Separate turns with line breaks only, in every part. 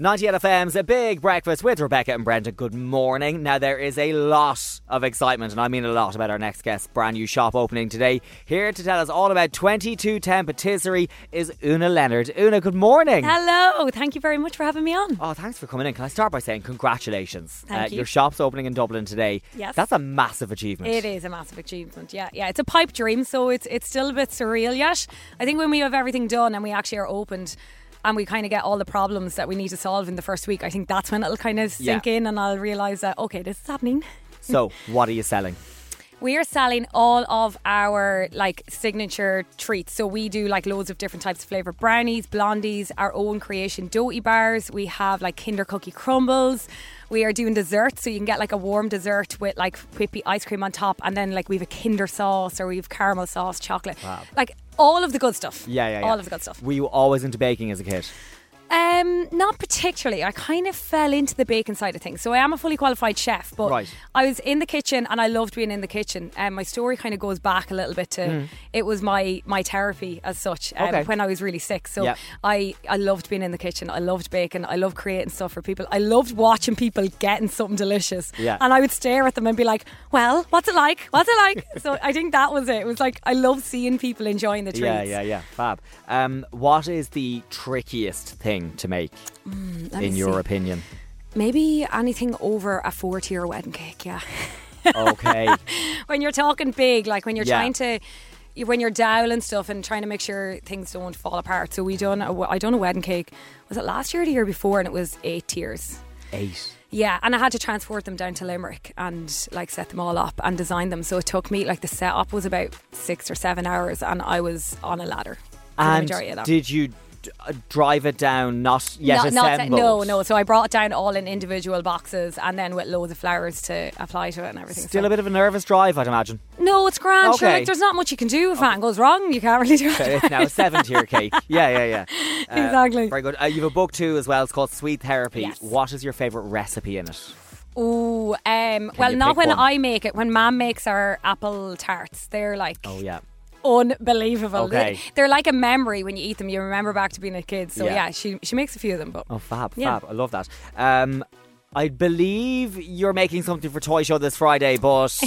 98 FM's a big breakfast with Rebecca and Brenda. Good morning. Now, there is a lot of excitement, and I mean a lot, about our next guest's brand new shop opening today. Here to tell us all about 2210 Patisserie is Una Leonard. Una, good morning.
Hello, thank you very much for having me on.
Oh, thanks for coming in. Can I start by saying congratulations? Uh,
Thank you.
Your shop's opening in Dublin today.
Yes.
That's a massive achievement.
It is a massive achievement. Yeah, yeah. It's a pipe dream, so it's it's still a bit surreal yet. I think when we have everything done and we actually are opened and we kind of get all the problems that we need to solve in the first week, I think that's when it'll kind of sink
Yeah.
in and I'll realise that okay, this is happening.
So, what are you selling?
We are selling all of our like signature treats. So we do like loads of different types of flavour brownies, blondies, our own creation doughy bars. We have like Kinder Cookie crumbles. We are doing desserts, so you can get like a warm dessert with like whippy ice cream on top, and then like we have a Kinder sauce or we have caramel sauce, chocolate, like all of the good stuff.
Yeah, yeah, yeah.
all of the good stuff.
Were you always into baking as a kid?
Um, not particularly. I kind of fell into the baking side of things. So I am a fully qualified chef, but
Right.
I was in the kitchen and I loved being in the kitchen. Um, my story kind of goes back a little bit to it was my my therapy as such um,
Hmm. Okay.
when I was really sick. So
Yeah.
I I loved being in the kitchen. I loved baking. I loved creating stuff for people. I loved watching people getting something delicious.
Yeah.
And I would stare at them and be like, "Well, what's it like? What's it like?" so I think that was it. It was like I love seeing people enjoying the treats.
Yeah, yeah, yeah. Fab. Um, what is the trickiest thing to make,
Let me
in your
see.
opinion?
Maybe anything over a four tier wedding cake, yeah.
Okay.
when you're talking big, like when you're
Yeah.
trying to, you- when you're doweling stuff and trying to make sure things don't fall apart. So we done, a, I done a wedding cake. Was it last year or the year before? And it was eight tiers.
Eight.
Yeah, and I had to transport them down to Limerick and like set them all up and design them. So it took me like the setup was about six or seven hours, and I was on a ladder. for the
And
majority of that.
did you d- uh, drive it down? Not yet
Not- not
assembled.
set- no, no. So I brought it down all in individual boxes and then with loads of flowers to apply to it and everything.
Still
so.
a bit of a nervous drive, I'd imagine.
No, it's grand. Sure,
Okay.
like, there's not much you can do if that goes wrong. You can't really do
But
it.
It's now a seven-tier cake. Yeah, yeah, yeah. Uh,
Exactly.
Very good. Uh, you have a book too, as well. It's called Sweet Therapy.
Yes.
What is your favourite recipe in it?
Ooh, um, well,
you
not
pick
when
one?
I make it. When Mum makes our apple tarts, they're like
Oh yeah.
unbelievable.
Okay.
They, are like a memory when you eat them. You remember back to being a kid. So
Yeah.
yeah, she she makes a few of them. But
Oh fab,
Yeah.
fab. I love that. Um, I believe you're making something for Toy Show this Friday, but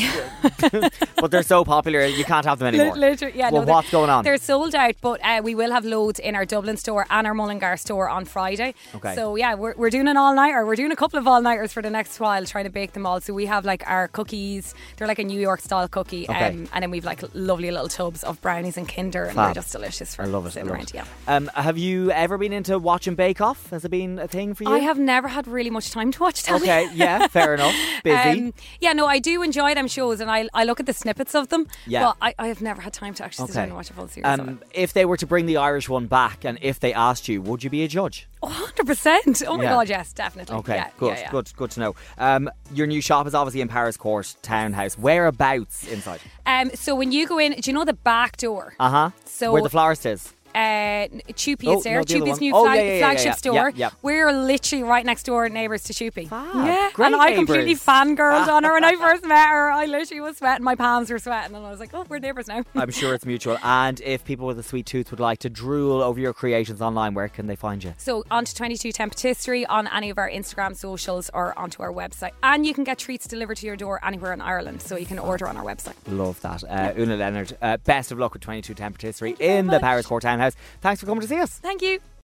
but they're so popular you can't have them anymore.
Literally, yeah.
well,
no, they're-
what's going on?
They're sold out, but uh, we will have loads in our Dublin store and our Mullingar store on Friday.
Okay.
So yeah, we're, we're doing an all nighter. We're doing a couple of all nighters for the next while, trying to bake them all. So we have like our cookies. They're like a New York style cookie, um,
Okay.
and then we've like lovely little tubs of brownies and Kinder, and
Fab.
they're just delicious for
I love it. I
sitting
love
around.
it.
Yeah.
Um, have you ever been into watching Bake Off? Has it been a thing for you?
I have never had really much time to watch television.
Okay, yeah, fair enough. Busy.
Um, yeah, no, I do enjoy them shows, and I, I look at the snippets of them.
Yeah.
but I, I have never had time to actually sit down
okay.
and watch a full series. of it.
Um, if they were to bring the Irish one back, and if they asked you, would you be a judge?
Oh, 100%. Oh my
Yeah.
God, yes, definitely.
Okay,
Yeah,
good,
yeah, yeah.
good, good to know. Um, your new shop is obviously in Paris Court Townhouse. Whereabouts inside?
Um, so when you go in, do you know the back door?
Uh huh.
So-
where the florist is.
Uh, Chupi
Oh,
is there.
no, the other
Chupi's
one.
new
Oh,
flag-
yeah, yeah, yeah,
flagship
yeah, yeah,
store.
yeah.
We're literally right next door, neighbours to Chupi. Yeah,
great
and I completely
neighbours.
fangirled on her when I first met her. I literally was sweating, my palms were sweating, and I was like, "Oh, we're neighbours now."
I'm sure it's mutual. And if people with a sweet tooth would like to drool over your creations online, where can they find you?
So onto 2210 Patisserie on any of our Instagram socials or onto our website, and you can get treats delivered to your door anywhere in Ireland. So you can order on our website.
Love that. Uh, Una Leonard, uh, best of luck with 22 Temp Patisserie in the Paris Court Townhouse. Thanks for coming to see us.
Thank you.